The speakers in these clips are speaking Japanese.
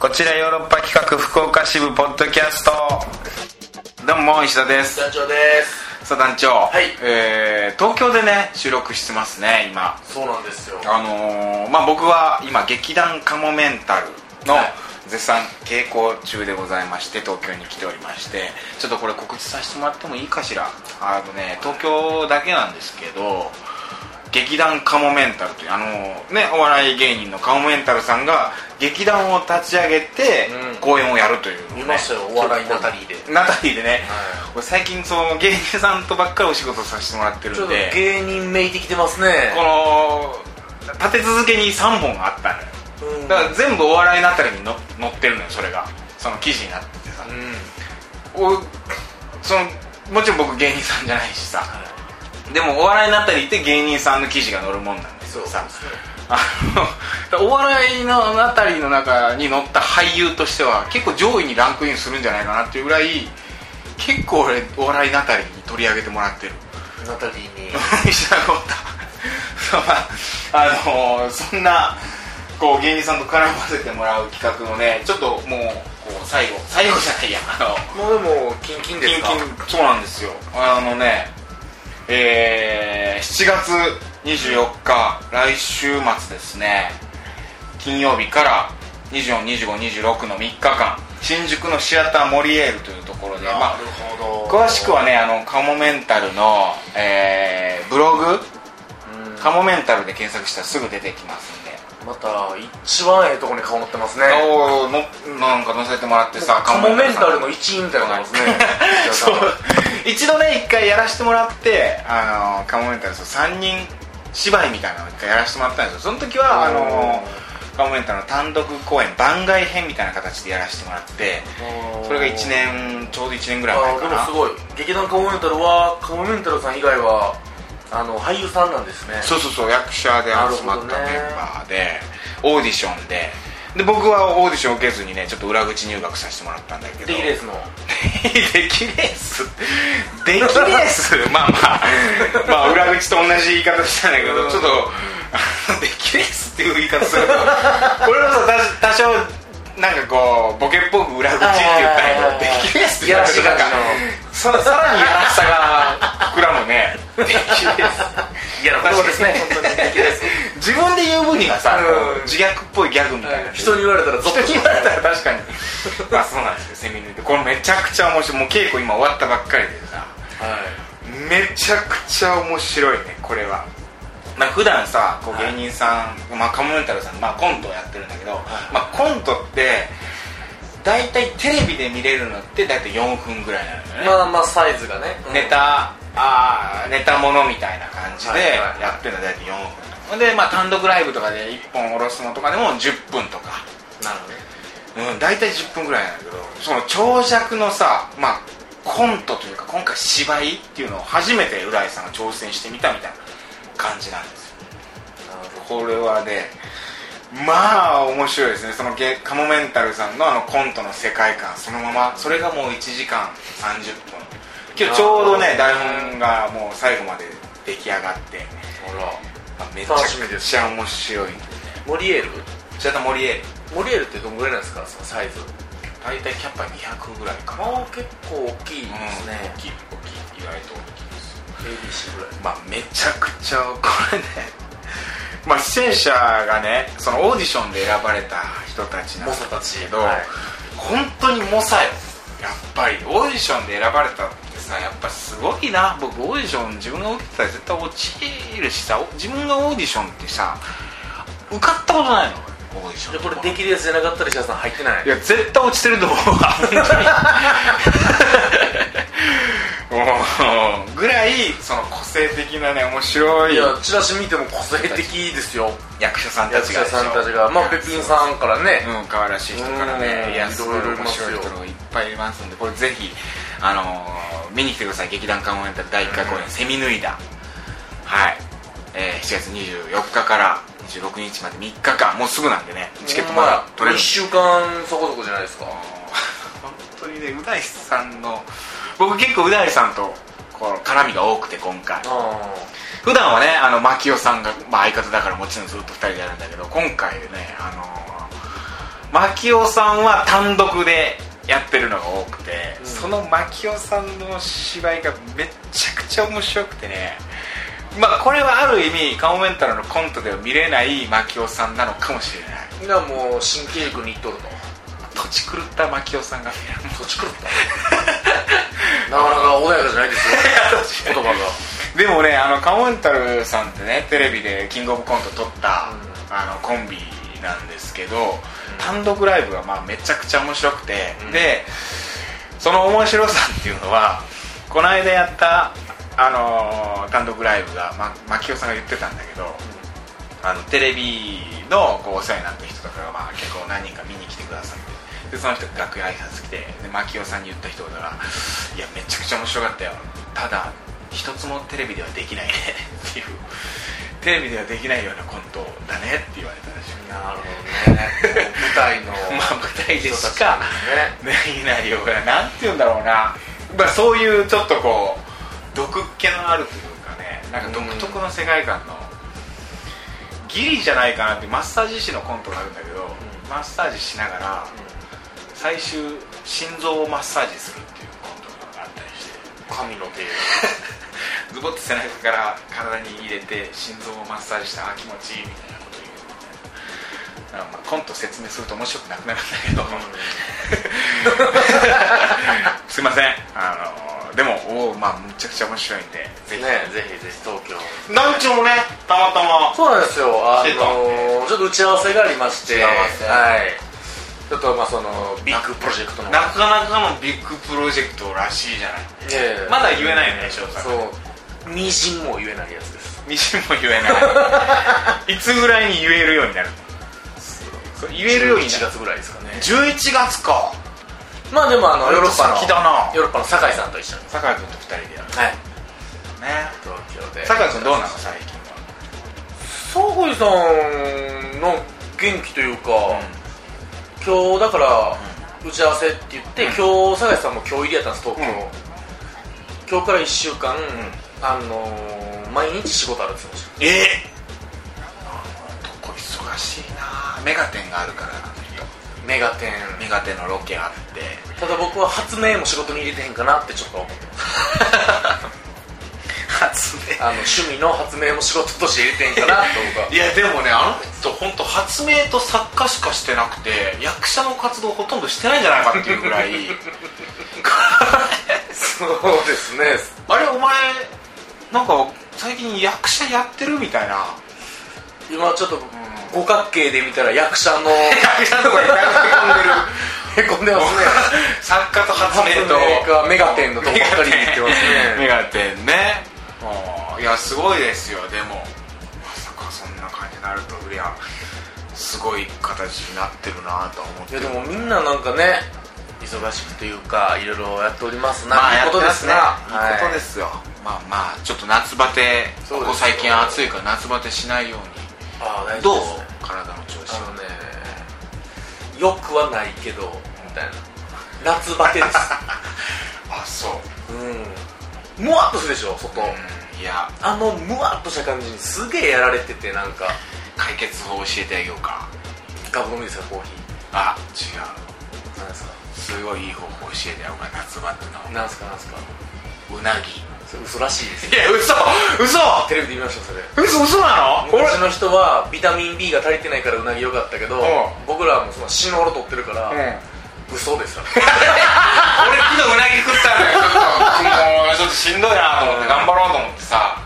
こちらヨーロッパ企画福岡支部ポッドキャストどうも石田です団長ですさあ団長、はいえー東京でね収録してますね今そうなんですよあのーまあ僕は今劇団カモメンタルのはい絶賛稽古中でございまして東京に来ておりましてちょっとこれ告知させてもらってもいいかしらあのね東京だけなんですけど劇団カモメンタルというあのーねお笑い芸人のカモメンタルさんが劇団を立ち上げてうん公演をやるというのをね、見ましたよお笑いナタリーでナタリーでね、は俺最近その芸人さんとばっかりお仕事させてもらってるんちでょっと芸人めいてきてますねこの立て続けに3本あったのようんだから全部お笑いのあたりにの載ってるのよそれがその記事になっててさ、うんおそのもちろん僕芸人さんじゃないしさでもお笑いのあたりって芸人さんの記事が載るもんなんですそうよでさすねあのお 笑いのあたりの中に載った俳優としては結構上位にランクインするんじゃないかなっていうぐらい結構俺お笑いのあたりに取り上げてもらってるナタリーに石田豪太そうまああのーそんなこう芸人さんと絡ませてもらう企画のねちょっともうこう最後最後じゃないやあのもうでもキンキンですか近々そうなんですよあのねえー、7月24日来週末ですね金曜日から242526の3日間新宿のシアターモリエールというところで、まあなる、ほど詳しくはねあのカモメンタルの、えーブログうんカモメンタルで検索したらすぐ出てきますんで、また一番ええとこに顔乗ってますね顔をのなんか載せてもらってさカモメンタルのの一員みたいな感じですねそういやだから一度ね一回やらせてもらってあのカモメンタルそう3人芝居みたいなのを一回やらせてもらったんですよその時はあのカモメンタルの単独公演番外編みたいな形でやらせてもらってそれが1年ちょうど1年ぐらい前あーかでなもすごい劇団カモメンタルはカモメンタルさん以外はあの俳優さんなんですねそうそうそう役者で集まったなるほどねメンバーで、オーディションでで僕はオーディション受けずにねちょっと裏口入学させてもらったんだけどできレースの できレースできレー スまあまあまあ裏口と同じ言い方したんだけど、うんちょっと あのできレースっていう言い方するとこれはさ多多少なんかこうボケっぽく裏口って言ったんやあーけどできレースって言ったいやらしい感じのささらにやらしさが膨らむ ねできレースいや確かにそうですね本当にできレース自分で言う分にはさ、うん自虐っぽいギャグみたいな、人に言われたらゾッと人に言われたら確かに まあそうなんですよセミ抜いてこれめちゃくちゃ面白いもう稽古今終わったばっかりでさはいめちゃくちゃ面白いねこれはまあ普段さこうはい芸人さん、まあ、カモメンタルさん、まあ、コントをやってるんだけど、まあ、コントって大体テレビで見れるのって大体4分ぐらいなのよね、まあまあサイズがねネタあーネタものみたいな感じではいはいはいやってるの大体4分ほんで、まあ、単独ライブとかで1本下ろすのとかでも10分とかなるほどねうん、大体10分ぐらいなんだけどその長尺のさ、まあ、コントというか今回芝居っていうのを初めて浦井さんが挑戦してみたみたいな感じなんですよこれはねまあ面白いですねそのゲカモメンタルさんのあのコントの世界観そのままそれがもう1時間30分今日ちょうどねなる台ほどね本がもう最後まで出来上がって、ほらまあめちゃ楽しみくでちゃ面白いモリエールそれと森エモリエールってどんぐらいなんですかそのサイズ大体キャッパ200ぐらいかなああ結構大きいですね大きい大きい意外と大きいです ABC ぐらいまあめちゃくちゃこれねまあ出演者がねそのオーディションで選ばれた人たちなん猛です者たちけど、本当に猛者よやっぱりオーディションで選ばれたってさやっぱすごいな僕オーディション自分が受けてたら絶対落ちるしさ自分がオーディションってさ受かったことないのオーディションでこれできレースじゃなかったら石田さん入ってないいや絶対落ちてると思うわ本 当にうんぐらいその個性的なね面白いいやチラシ見ても個性的ですよ役者さんた役ちが者さんたちがまあべっぴんさんからねうん可愛らしい人からうねんいやすごいいろいろい面ますよ白い人がいっぱいいますんでこれぜひあのー見に来てください劇団カモメンタル第1回公演「セミ脱いだ」はい、えー7月24日から26日まで3日間もうすぐなんでねチケットまだ取れ1る週間そこそこじゃないですか本当にねう大さんの僕結構う大さんとこう絡みが多くて今回あ普段はねあの牧雄さんが、まあ、相方だからもちろんずっと2人でやるんだけど今回ねあの牧雄さんは単独でやってるのが多くて、うんその牧雄さんの芝居がめっちゃくちゃ面白くてねまあこれはある意味カモメンタルのコントでは見れない牧雄さんなのかもしれないみんなもう神経力にいっとると土地狂った牧雄さんが土地狂ったなかなか穏やかじゃないです よ言葉がでもねあのカモメンタルさんってねテレビでキングオブコント撮った、うあのコンビなんですけど、単独ライブがまあめちゃくちゃ面白くて、うんでその面白さっていうのはこの間やったあのー単独ライブが、ま、牧雄さんが言ってたんだけど、あのテレビのこうお世話になった人とかが、まあ、結構何人か見に来てくださってでその人楽屋挨拶来てで牧雄さんに言った一言が「いやめちゃくちゃ面白かったよただ一つもテレビではできないね」っていうテレビではできないようなコントだねって言われたらしいなるほどね舞台のまあ舞台で人たしちなかんですねできないようななんて言うんだろうな、まあ、そういうちょっとこう毒っ気のあるというかねなんか独特の世界観の、ギリじゃないかなってマッサージ師のコントがあるんだけど、んマッサージしながら最終心臓をマッサージするっていうコントがあったりして神の手ズボッと背中から体に入れて心臓をマッサージしたあ気持ちいいみたいなこと言うみたいなだからまあコント説明すると面白くなくなるんだけど、すいませんあのでもおおまあむちゃくちゃ面白いんでぜひ、ねぜひぜひ東京なんちもねたまたまそうなんですよあしてたのーちょっと打ち合わせがありまして打ち合わせはいちょっとまあそのビッグプロジェクトのなかなかのビッグプロジェクトらしい じゃないええまだ言えないよね翔さんそうみじんも言えないやつですみじんも言えないいつぐらいに言えるようになるそう言えるように1なる月ぐらいですかね11月かまあでもあのヨーロッパの先だなヨーロッパの酒井さんと一緒に酒井君と2人でやるねはい東京で酒井君どうなの最近は酒井さんの元気というか、今日だから打ち合わせって言って、うん今日酒井さんも今日入りやったんです東京、うん今日から1週間、あのー毎日仕事あるんですよええどこ忙しいなメガテンがあるからなメガテンメガテンのロケあってただ僕は発明も仕事に入れてへんかなってちょっと思ってます発明あの趣味の発明も仕事として入れてへんかなと僕いやでもねあの人本当発明と作家しかしてなくて役者の活動ほとんどしてないんじゃないかっていうぐ らいは そうですねあれお前なんか最近役者やってるみたいな今ちょっと五角形で見たら役者 の役者の声が 込んでるへこんでますね 作家と発明と発明家メガテンのとこばっかりに行ってますねメガテンメガテンねあーいやすごいですよでもまさかそんな感じになるといやすごい形になってるなとは思っいてやるでもみんななんかね忙しくというかいろいろやっておりますな、まあいいことですな、やってますねいいことですすよ、まあまあちょっと夏バテそうこですよこ最近暑いから夏バテしないようにああ大丈どう夫ですね体の調子あのねよくはないけどみたいな夏バ テですあそううんむわっとするでしょ外、うんいやあのむわっとした感じにすげえやられててなんか解決法教えてあげようかガブ飲みですかコーヒあ違うーなんですかすごいいい方法教えてあげようか夏バテのなんすかなんすかうなぎそれ嘘らしいですよいや嘘嘘テレビで見ましたそれ嘘嘘なの俺昔の人はビタミン B が足りてないからうなぎ良かったけどん僕らはもうその死ぬほど取ってるから、うん嘘ですよ俺昨日うなぎ食ったんだけどちょっとしんどいなと思って頑張ろうと思ってさ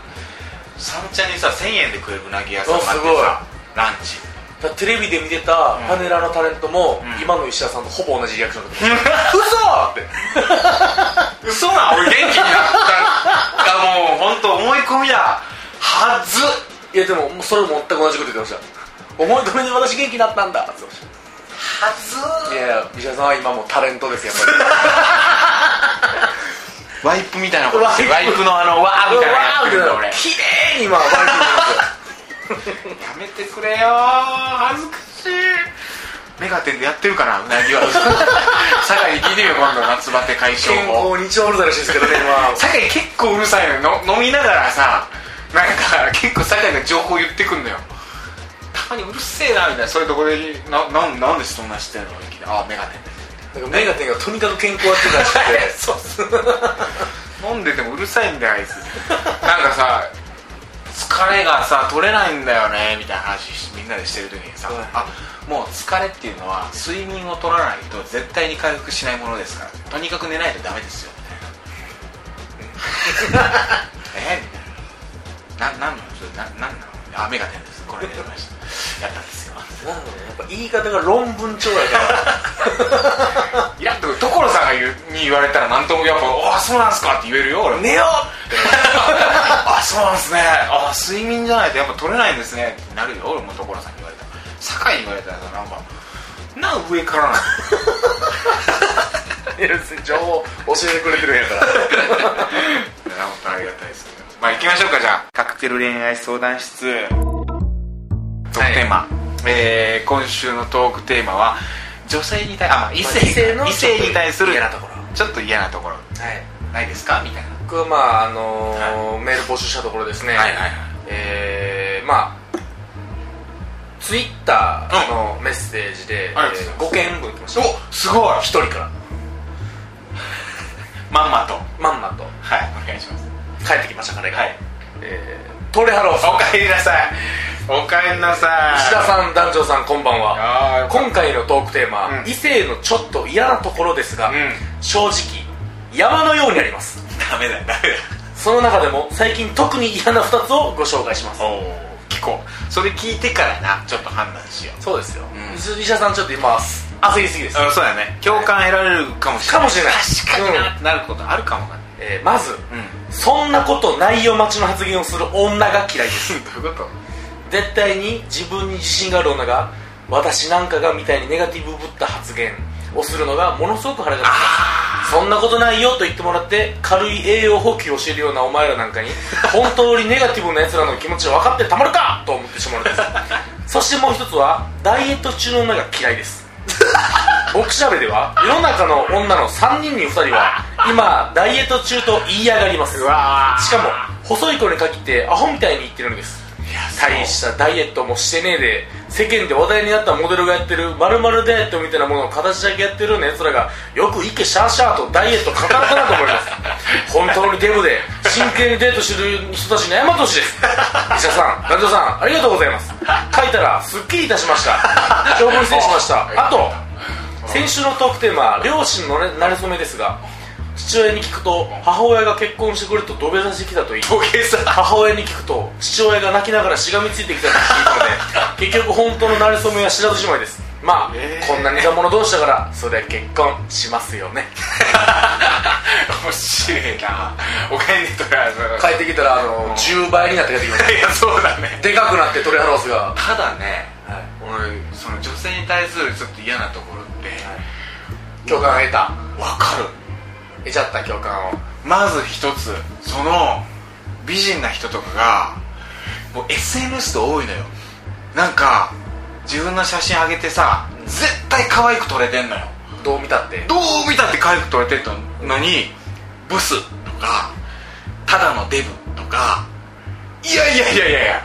三茶にさ1000円で食えるうなぎ屋さんがあってさランチだからテレビで見てたパネラーのタレントも、うん今の石田さんとほぼ同じリアクションだった、嘘って嘘な俺元気になったがもう本当思い込みだはずいやでももうそれも全く同じこと言ってました思い込みで私元気になったんだって言ってましはずたいやいや石田さんは今もうタレントですよやっぱワイプみたいなことしてワワイイププのあのわーりみたいなやつうだわー俺みたいな綺麗に今ワイプになってますよやめてくれよー恥ずかしいメガテンでやってるかなうな ぎは酒井に聞いてみよう今度夏バテ解消健法康に一応うるさいらしいですけどね酒井結構うるさいのよの飲みながらさなんか結構酒井が情報言ってくんだよたまにうるせえなみたいなそういうところでなななんでそんな知ってるのって聞いてあメガネなんかメガテンがとにかく健康やってたらしく てそう飲んでてもうるさいんだよあいつなんかさ疲れがさ取れないんだよねみたいな話しみんなでしてる時にさ、はいあもう疲れっていうのは睡眠を取らないと絶対に回復しないものですからとにかく寝ないとダメですよみたいなえみたいなななんのそれななんなのあメガネですこれでやりましたやったんですよなんだろうねやっぱ言い方が論文帳やからいやでも所さんが言うに言われたらなんともやっぱ「ああそうなんすか」って言えるよ俺も寝 よあそうなんですねあ睡眠じゃないとやっぱ取れないんですねってなるよ俺も所さんに言われたら酒井に言われたらさなんかなんか上からなのいや別に情報教えてくれてるんやからなんかありがたいですけどまあ行きましょうかじゃあカクテル恋愛相談室トークテーマ、えー今週のトークテーマは女性に対あ、まあ、異性異性の異性に対する嫌なところちょっと嫌なところはいないですかみたいな僕はまああのーメール募集したところですね、はいはいはいえーまあツイッターのメッセージで、ありがとうございえーま5件分来ましたおすごい1人からまんまとまんまとはいお願いします帰ってきました彼が、はいえー、トレハローさんおかえりなさいおかえりなさい石田さん団長さんこんばんはあー今回のトークテーマ、うん異性のちょっと嫌なところですが、うん正直山のようにありますダメだダメだその中でも最近特に嫌な2つをご紹介しますおお聞こうそれ聞いてからなちょっと判断しようそうですよ、うん石田さんちょっと今焦りすぎです、あそうだね共感得られるかもしれないかもしれない確かにな、うなることあるかもなえーまず、うんそんなことないよ待ちの発言をする女が嫌いですどういうこと絶対に自分に自信がある女が私なんかがみたいにネガティブぶった発言をするのがものすごく腹が立ちますそんなことないよと言ってもらって軽い栄養補給をしているようなお前らなん かに本当にネガティブな奴らの気持ちは分かってたまるかと思ってしまうんですそしてもう一つはダイエット中の女が嫌い です僕調べでは世の中の女の3人に2人は今ダイエット中と言い上がりますしうわかーも細い子に限ってアホみたいに言ってるんです大したダイエットもしてねえで世間で話題になったモデルがやってるまるダイエットみたいなものを形だけやってるような奴らがよくイケシャーシャーとダイエット語ったなと思います本当にデブで真剣にデートしてる人たちに謝ってほしいです医者さん男女さんありがとうございます書いたらすっきりいたしました長文失礼しましたあと先週のトークテーマ両親のね馴れ初めですが父親に聞くと母親が結婚してくれと土下座してきたといい土下座母親に聞くと父親が泣きながらしがみついてきたと 聞いたので結局本当の馴れ初めは知らずじまいですまあ、えーこんな似た者同士だからそりゃ結婚しますよね面白いなおかえりとか帰ってきたらあの10倍になって帰ってきましいやそうだねたでかくなってトレハロースがただねはい俺その女性に対するちょっと嫌なところって共感を得たわかる得ちゃった共感をまず一つその美人な人とかがもう SNS と多いのよなんか自分の写真上げてさ絶対可愛く撮れてんのよどう見たってどう見たって可愛く撮れてんのにブスとかただのデブとかいやいやいやいやいや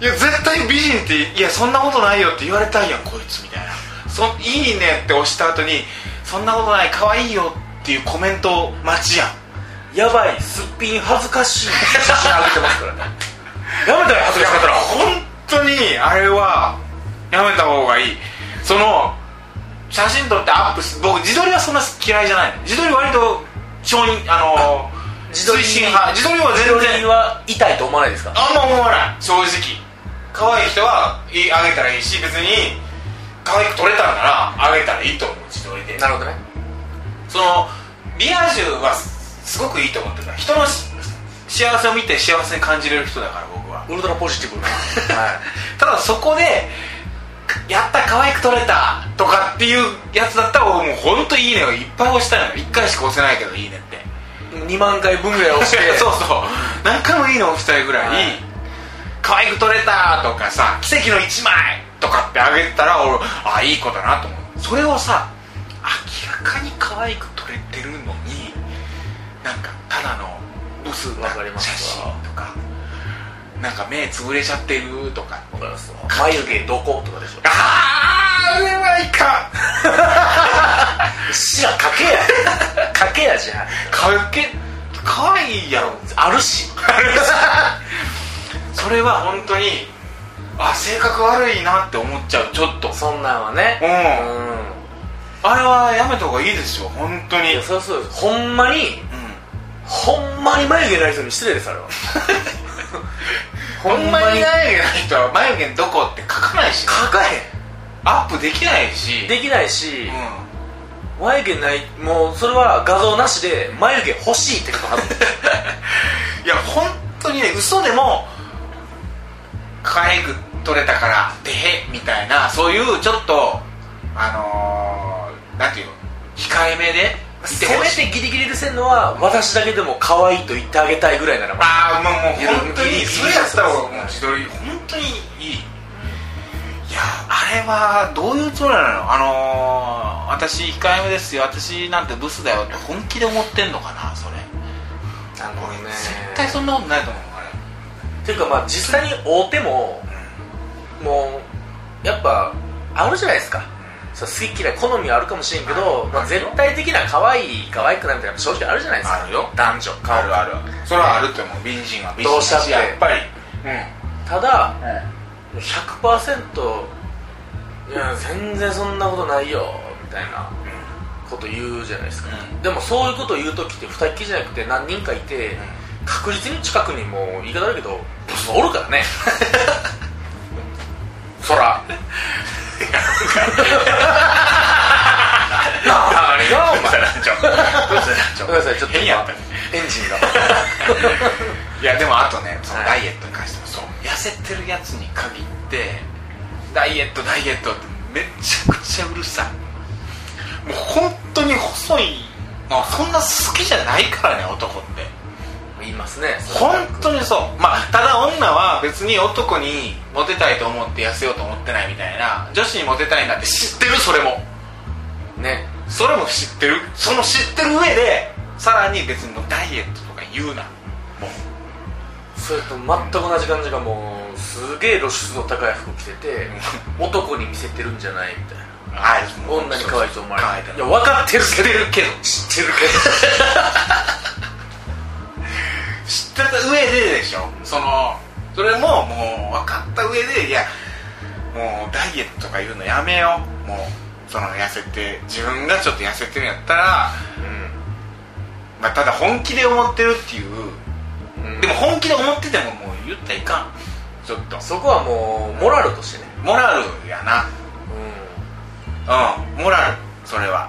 いや絶対美人っていやそんなことないよって言われたいやんこいつみたいなそいいねって押した後にそんなことない可愛いよっていうコメントを待ちやんやばいすっぴん恥ずかしい写真上げてますからねやめたら恥ずかしかったら本当にあれはやめた方がいいその写真撮ってアップす僕自撮りはそんな嫌いじゃないの自撮り割と承認あの 自撮り推進派自撮りは自撮全り然は痛いと思わないですかあんま思わない正直可愛い人はいいあげたらいいし別に可愛く撮れたんならあげたらいいと思う自撮りでなるほどねそのリア充はすごくいいと思ってるから人のし幸せを見て幸せに感じれる人だから僕はウルトラポジティブなはい ただそこでやった可愛く撮れたとかっていうやつだったら俺もう本当いいねをいっぱい押したいのよ1回しか押せないけどいいねって2万回分ぐらい押して そうそう何回もいいねを押したいぐらい、はい可愛く撮れたとかさ奇跡の1枚とかってあげてたら俺あいい子だなと思うそれをさ明らかに可愛く撮れてるのになんかただのブスなわかりま写す真わとかなんか目つぶれちゃってるとかわかります眉毛どことかでしょああうまいか知らかけ やかけやじゃんかけかわいい やろあるしそれは本当にあ性格悪いなって思っちゃうちょっとそんなんはねうんうあれはやめた方がいいですよ本当んにいやそりゃそうですほんまにほんまに眉毛ない人に失礼ですあれは ほほんんままにに眉毛ない人は眉毛どこって書かないしねかかへアップできないしんできないし、うん眉毛ないもうそれは画像なしで眉毛欲しいって書くはず いや本当にね嘘でも可愛く取れたからでへみたいなそういうちょっとあのー、なんていうの控えめでせめてギリギリでせんのは私だけでも可愛いと言ってあげたいぐらいならばああもうもう本当いにやそれやった方がもう自撮り本当にいいいやあれはどういうつもりなのあのー、私控えめですよ私なんてブスだよって本気で思ってんのかなそれなるほどね絶対そんなことないと思うあれっていうかまあ実際に会うてももうやっぱあるじゃないですかそう好き嫌い好みはあるかもしれんけど、まあ、絶対的な可愛い可愛くないみたいな正直あるじゃないですかあるよ男女あるあるそれはあると思う美人は美人どだうしたっしてやっぱりうんただうん100%いや全然そんなことないよみたいなこと言うじゃないですか、うんでもそういうこと言う時って2人きりじゃなくて何人かいて、確実に近くにもう言い方だけどブスおるからねそら団 何がお前長どうしたごめんなさいちょっと変やったねエンジンがいやでもあとねそのはダいイエットに関してもそう痩せてるやつに限ってダイエットダイエットってめちゃくちゃうるさいもう本当に細いのそんな好きじゃないからね男って言いますね本当にそうまあただ女は別に男にモテたいと思って痩せようと思ってないみたいな女子にモテたいなんて知ってるそれもねそれも知ってるその知ってる上でさらに別にもうダイエットとか言うな もうそれと全く同じ感じがもうすげえ露出の高い服着てて男に見せてるんじゃないみたいなあ女に可愛いと思われていいややわ分かってるけどけど知ってるけど知ってた上ででしょそのそれももう分かった上でいやもうダイエットとか言うのやめようもうその痩せて自分がちょっと痩せてるんやったら、まあ、ただ本気で思ってるっていううんでも本気で思っててももう言ったらいかんちょっとそこはもうモラルとしてねモラルやなううんモラルそれは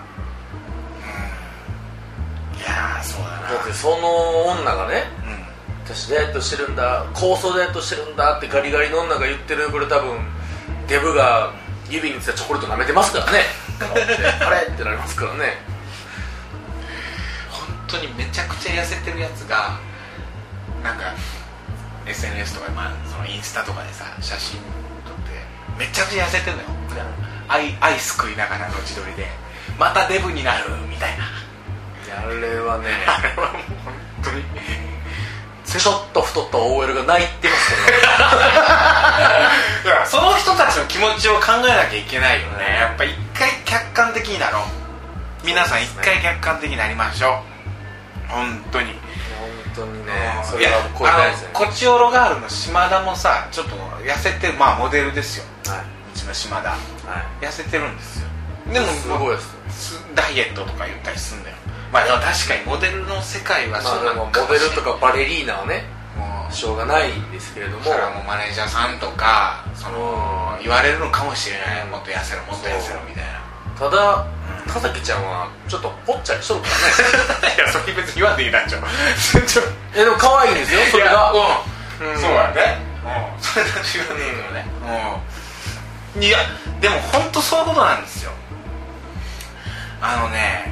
うんいやーそうだんだってその女がねなうん私ダイエットしてるんだ高層ダイエットしてるんだってガリガリの女が言ってるこれ多分デブが指についたチョコレート舐めてますからねあれってなりますからね本当にめちゃくちゃ痩せてるやつがなんか SNS とか、まあ、そのインスタとかでさ写真撮ってめちゃくちゃ痩せてるのよアイアイス食いながらの自撮りでまたデブになるみたいなあれはねあれはもう本当にちょっと太った OL が泣いてますけどねだからその人たちの気持ちを考えなきゃいけないよねやっぱ一回客観的になろう皆さん一そうですね回客観的になりましょう本当に本当にねそいれやはもう超えないですよあのコチオロガールの島田もさちょっと痩せてるまあモデルですよはうちの島田いはい痩せてるんですよでもすごいですすダイエットとか言ったりすんだよまあでも確かにモデルの世界はまそあうでなものモかもデしれルないとかバレリーナはねもうしょうがないんですけれどもそれはもうマネージャーさんとかその言われるのかもしれないもっと痩せろもっと痩せろみたいなただ田崎ちゃんはちょっとぽっちゃりしとるからねいやそれ別に言わんでいいなんちゃう ちょっといやでも可愛いんですよそれがうん、うんそうやねうんそれが違うんだよねうんいやでも本当そういうことなんですよあのね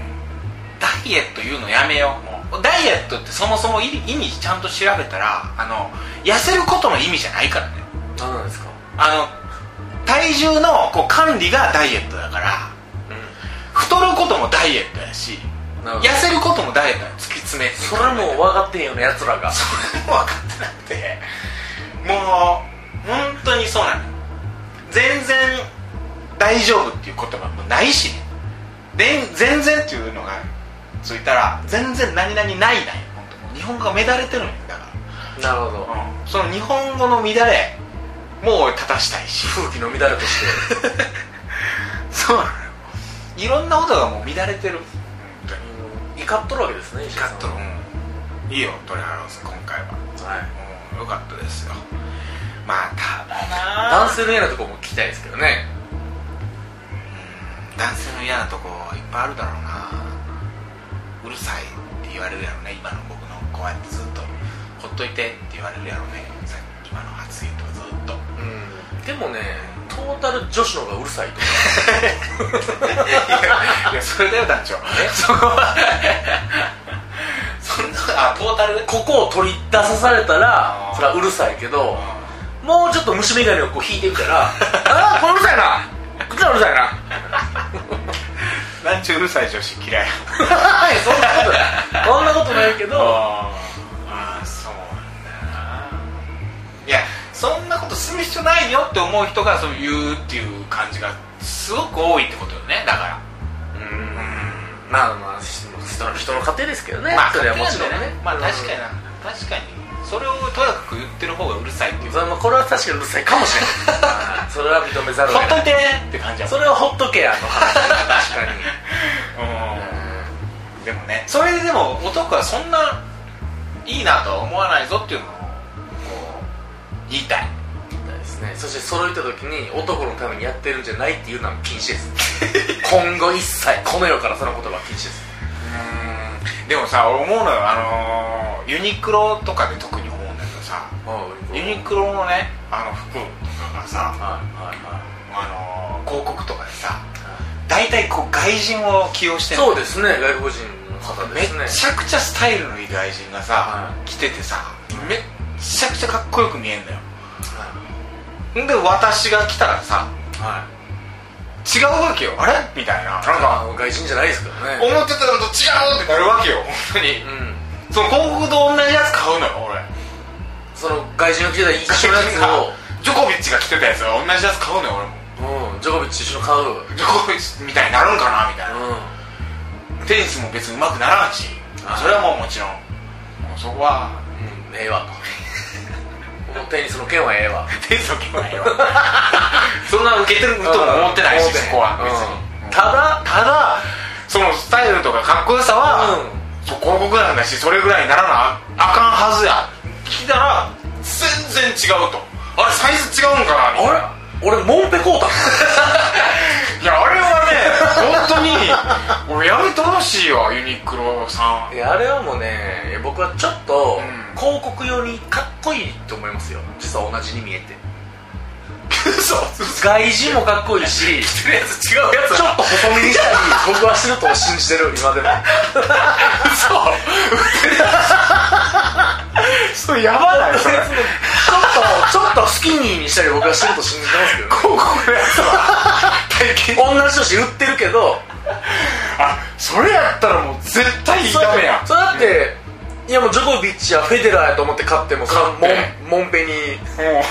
ダイエット言うのやめようもうダイエットってそもそも意味意味ちゃんと調べたらあの痩せることの意味じゃないからね何なんですかあの体重のこう管理がダイエットだから太ることもダイエットやしなるほど痩せることもダイエットや突き詰めてそれもう分かってへんよねやつらがそれも分かってなくてもう本当にそうなの全然大丈夫っていう言葉もないしねで全然っていうのがついたら全然何々ないなんよ本当もう日本語が乱れてるんよだかなるほどら、うんその日本語の乱れもう正したいし風紀の乱れとしてそうなのよいろんなことがもう乱れてる本当にうん怒っとるわけですね石井ガさんッと、うん、いいよ鳥原ローさん今回ははいうんよかったですよまあただな男性の嫌なとこも聞きたいですけどね男性の嫌なとこいっぱいあるだろうなうるさいって言われるやろね今の僕のこうやってずっとほっといてって言われるやろねさっき今の発言とかずっ とうんでもねトータル女子の方がうるさいといやそれだよ団長えそこは そんなあトータルでここを取り出さされたらあーそれはうるさいけどもうちょっと虫眼鏡をこう引いてみたら ああこれうるさいな こっちはうるさいな団長うるさい女子嫌いはいそんなことないそんなことないけどああそうなんだよないやそんなことする必要ないよって思う人がそう言うっていう感じがすごく多いってことよねだからうんまあまあ人の人の家庭ですけどね、まあそれはもちろんねまあ確かにな確かにそれをとやかく言ってる方がうるさいっていうそれもこれは確かにうるさいかもしれ ないはいそれは認めざるをほ得っとないいてって感じやもんそれはほっとけやあの話 確かにうんでもねそれででも男はそんないいなとは思わないぞっていうのをこう言いたいですねそして揃えた時に男のためにやってるんじゃないっていうのは禁止です今後一切この世からその言葉は禁止ですでもさ俺思うのよあのーユニクロとかで特に思うんだけどさユニクロのねあの服とかがさ、はいはいはいあのー広告とかでさ大体こう外人を起用してるそうですね外国人の方めですねっちゃくちゃスタイルのいい外人がさ、は着ててさめっちゃくちゃかっこよく見えんだよはんで私が来たらさいはい違うわけよあれみたいななんかあ外人じゃないですから思っねてたのと違うってなるわけよ本当にうんその広告と同じやつ買うのよ俺その外人の着てた一緒のやジョコビッチが着てたやつが同じやつ買うのよ俺もつをうんジョコビッチ一緒の買ううんジョコビッチみたいになるんかなみたいなテニスも別に上手くならんしあそれはもうもちろんもうそこはうんええわ とこのテニスの件はええわテニスの気分 よそんな受けてるとも思ってないしそこは別に、うんただただそのスタイルとかかっこよさは、うんそう広告なんだしそれぐらいにならなあかんはずや聞いたら全然違うとあれサイズ違うんかなみたいなあれ俺モンペコータいやあれはね本当に俺やめてほしいよユニクロさんいやあれはもうねいや僕はちょっうとん広告用にかっこいいと思いますよ実は同じに見えて嘘外人もかっこいいしとりあえず違うやちょっと細身にしたり 僕はしてると信じてる今で もつそうやばないそれちょっとちょっとスキニーにしたり僕はしてると信じてますけどね広告のやつは体験同じ年売ってるけどあそれやったらもう絶対それダメやそれだっていやもうジョコビッチやフェデラーやと思って勝ってもそれは勝ってモンモンペにもう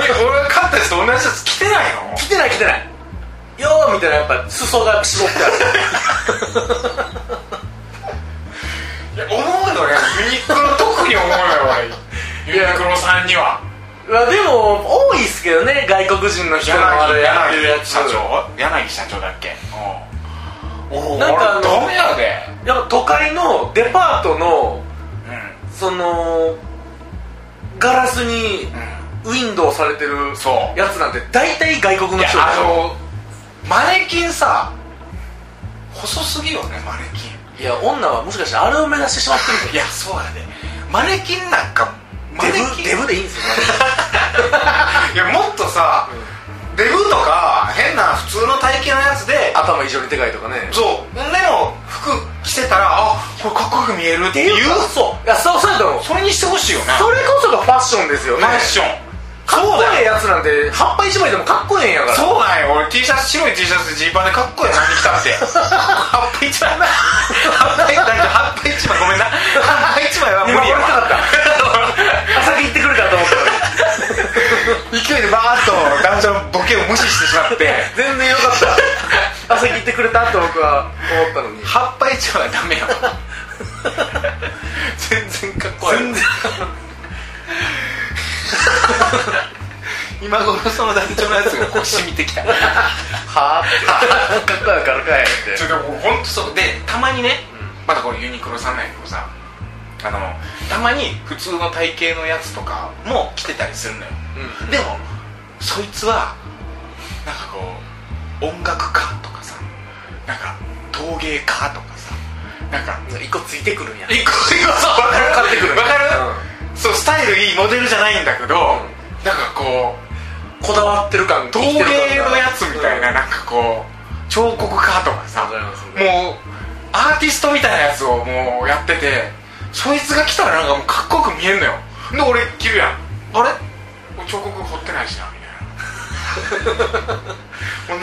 いや俺が勝ったやつと同じやつ着てないの来てない来てないよーみたいなやっぱ裾が絞ってある いや思うのねユニクロ特に思うよ俺ユニクロさんにはうわでも多いっすけどね外国人の人のあれやってるや柳つ社長柳社長だっけうんおおなんかああのれダメやでやっぱ都会のデパートのうんそのガラスにウィンドウされてるそうやつなんて大体外国いのや人あでしょのマネキンさ細すぎよねマネキンいや女はもしかしてあれを目指してしまってるんいやそうやでマネキンなんかマネだよキンデブデブでいいんですよ いやもっとさ、デブとか変な普通の体型のやつでマネ頭異常にでかいとかねそう胸の服着てたらあこれかっこよく見えるっていうかそういやそうそうやと思うそれにしてほしいよねそれこそがファッションですよフねァッションかっこそうえだえよやつなんて葉っぱ一枚でもかっこええんやからそうなんよ俺 T シャツ白い T シャツジーパンでかっこええなに来たって 葉っぱ一枚な葉っぱ一枚葉っぱ一枚ごめんな葉っぱ一枚は無理やわ 今俺来たかった先行ってくるかと思った ってくれたと僕は思ったのに葉っぱ以上はダメ よ全然かっこ悪い全然今頃その団長のやつがこう染みてきたはあってだったらからかいってそれでもう本当そうでたまにね、まだこのユニクロさんなんやけどさあのたまに普通の体型のやつとかも着てたりするのよ、うでもそいつはなんかこう音楽家とかさなんか陶芸家とかさなんか一個ついてくるんや一個一個そう分かるってくる分かる、そうスタイルいいモデルじゃないんだけど、なんかこうこだわってる感陶芸のやつみたいな、うんなんかこう彫刻家とかさわかりますわかりもうアーティストみたいなやつをもうやっててそいつが来たらなんかもうかっこよく見えんのよで俺着るやんあれ彫刻彫ってないしなみたいな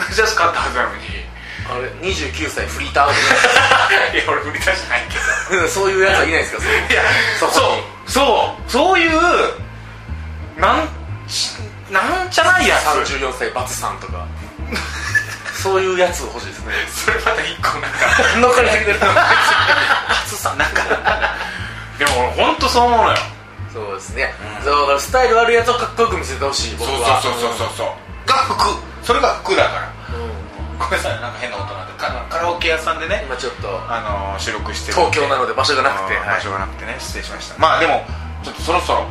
同じやつ買ったはずなのにいあれ29歳フリーターや俺売り出しないけどそういうやつはいないです かそのいやそこそうそうそういうなんなんじゃないやつ34歳バツさんとかそういうやつ欲しいですねそれまた一個なんか残りてくれる暑さなんか でも俺本当そう思うのよそうですね、うんそうだからスタイル悪いやつをかっこよく見せてほしい僕はうそうが服それが服だからうん、うんごめんなさいなんか変な音なんでカラカラオケ屋さんでね今ちょっとあのー収録してるん東京なので場所がなくて、あのーはい場所がなくてね失礼しましたまあでもちょっとそろそろ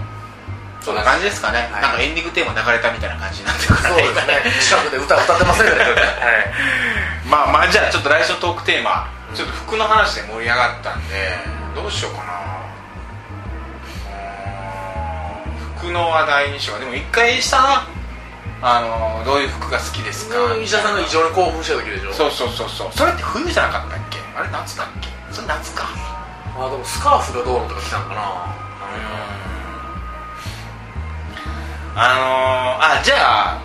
そんな感じですかね、はいなんかエンディングテーマ流れたみたいな感じになってくるそうですね近くで歌歌ってませんよねはいまあまあじゃあちょっと来週のトークテーマ、ちょっと服の話で盛り上がったんでどうしようかなうーん服の話題にしようかでも一回したなあのどういう服が好きですか医者さんが異常に興奮した時でしょそうそうそうそうそれって冬じゃなかったっけあれ夏だっけそれ夏かあでもスカーフがどうのとか来たのかなあのー、あじゃあ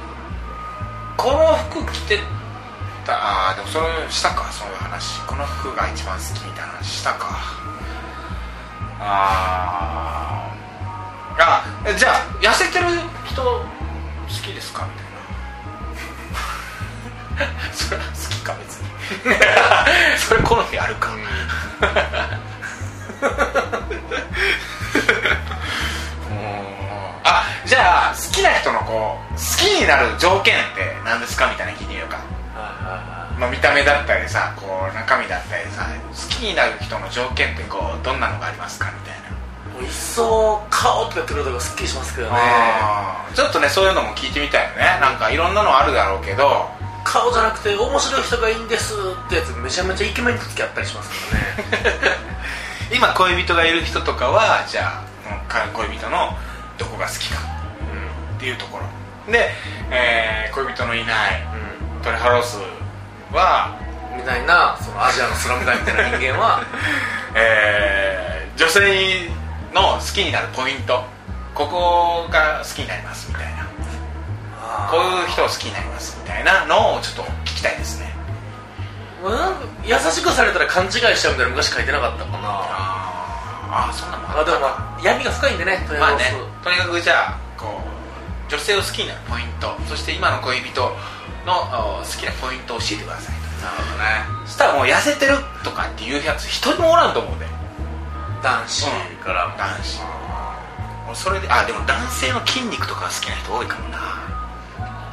この服着てたあーでもそれしたかそういう話この服が一番好きみたいな話したかあーあえじゃあ痩せてる人好きですかみたいな それは好きか別にそれ好みあるか、あじゃあ好きな人のこう好きになる条件って何ですかみたいな聞いてみようか、はいまあ、見た目だったりさこう中身だったりさ好きになる人の条件ってこうどんなのがありますかみたいな、はいはいもう一層顔とかってくるとかすっきりしますけどねあーちょっとねそういうのも聞いてみたいよねなんかいろんなのあるだろうけど顔じゃなくて面白い人がいいんですってやつめちゃめちゃイケメンの時あったりしますからね 今恋人がいる人とかはじゃあうんか恋人のどこが好きかっていうところで、えー恋人のいないトレハロースはうんみたいなそのアジアのスラム街みたいな人間はえー女性の好きになるポイントここが好きになりますみたいな こういう人を好きになりますみたいなのをちょっと聞きたいですねうん優しくされたら勘違いしちゃうみたいな昔書いてなかったかなああそんなもんあでもまあ闇が深いんでねとりあまあえねず、とにかくじゃあこう女性を好きになるポイントそして今の恋人のお好きなポイントを教えてくださいなるほどねそしたらもう痩せてるとかっていうやつ一人もおらんと思うで男子からも、男子俺それであでも男性の筋肉とかが好きな人多いかもな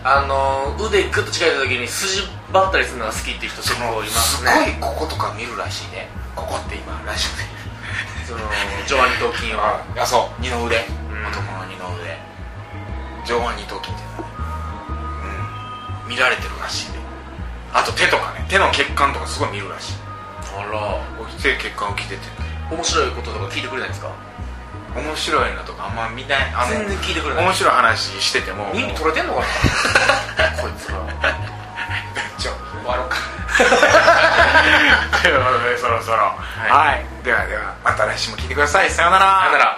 あのー腕グッと近いた時に筋ばったりするのが好きっていう人そ結構のいますすごいねこことか見るらしいねここって今ラジその上腕二頭筋オではあそう二の腕、ん男の二の腕上腕二頭筋っていうのうん見られてるらしいねあと手とかね手の血管とかすごい見るらしいあ手血管浮き出てるら面白いこととか聞いてくれないんですか面白いのとかあんま見ないあの全然聞いてくれない面白い話してても耳もう取れてんのかなこいつらちょ終わろ うかということでそろそろはい、ではではまた来週も聞いてくださいさようならあなら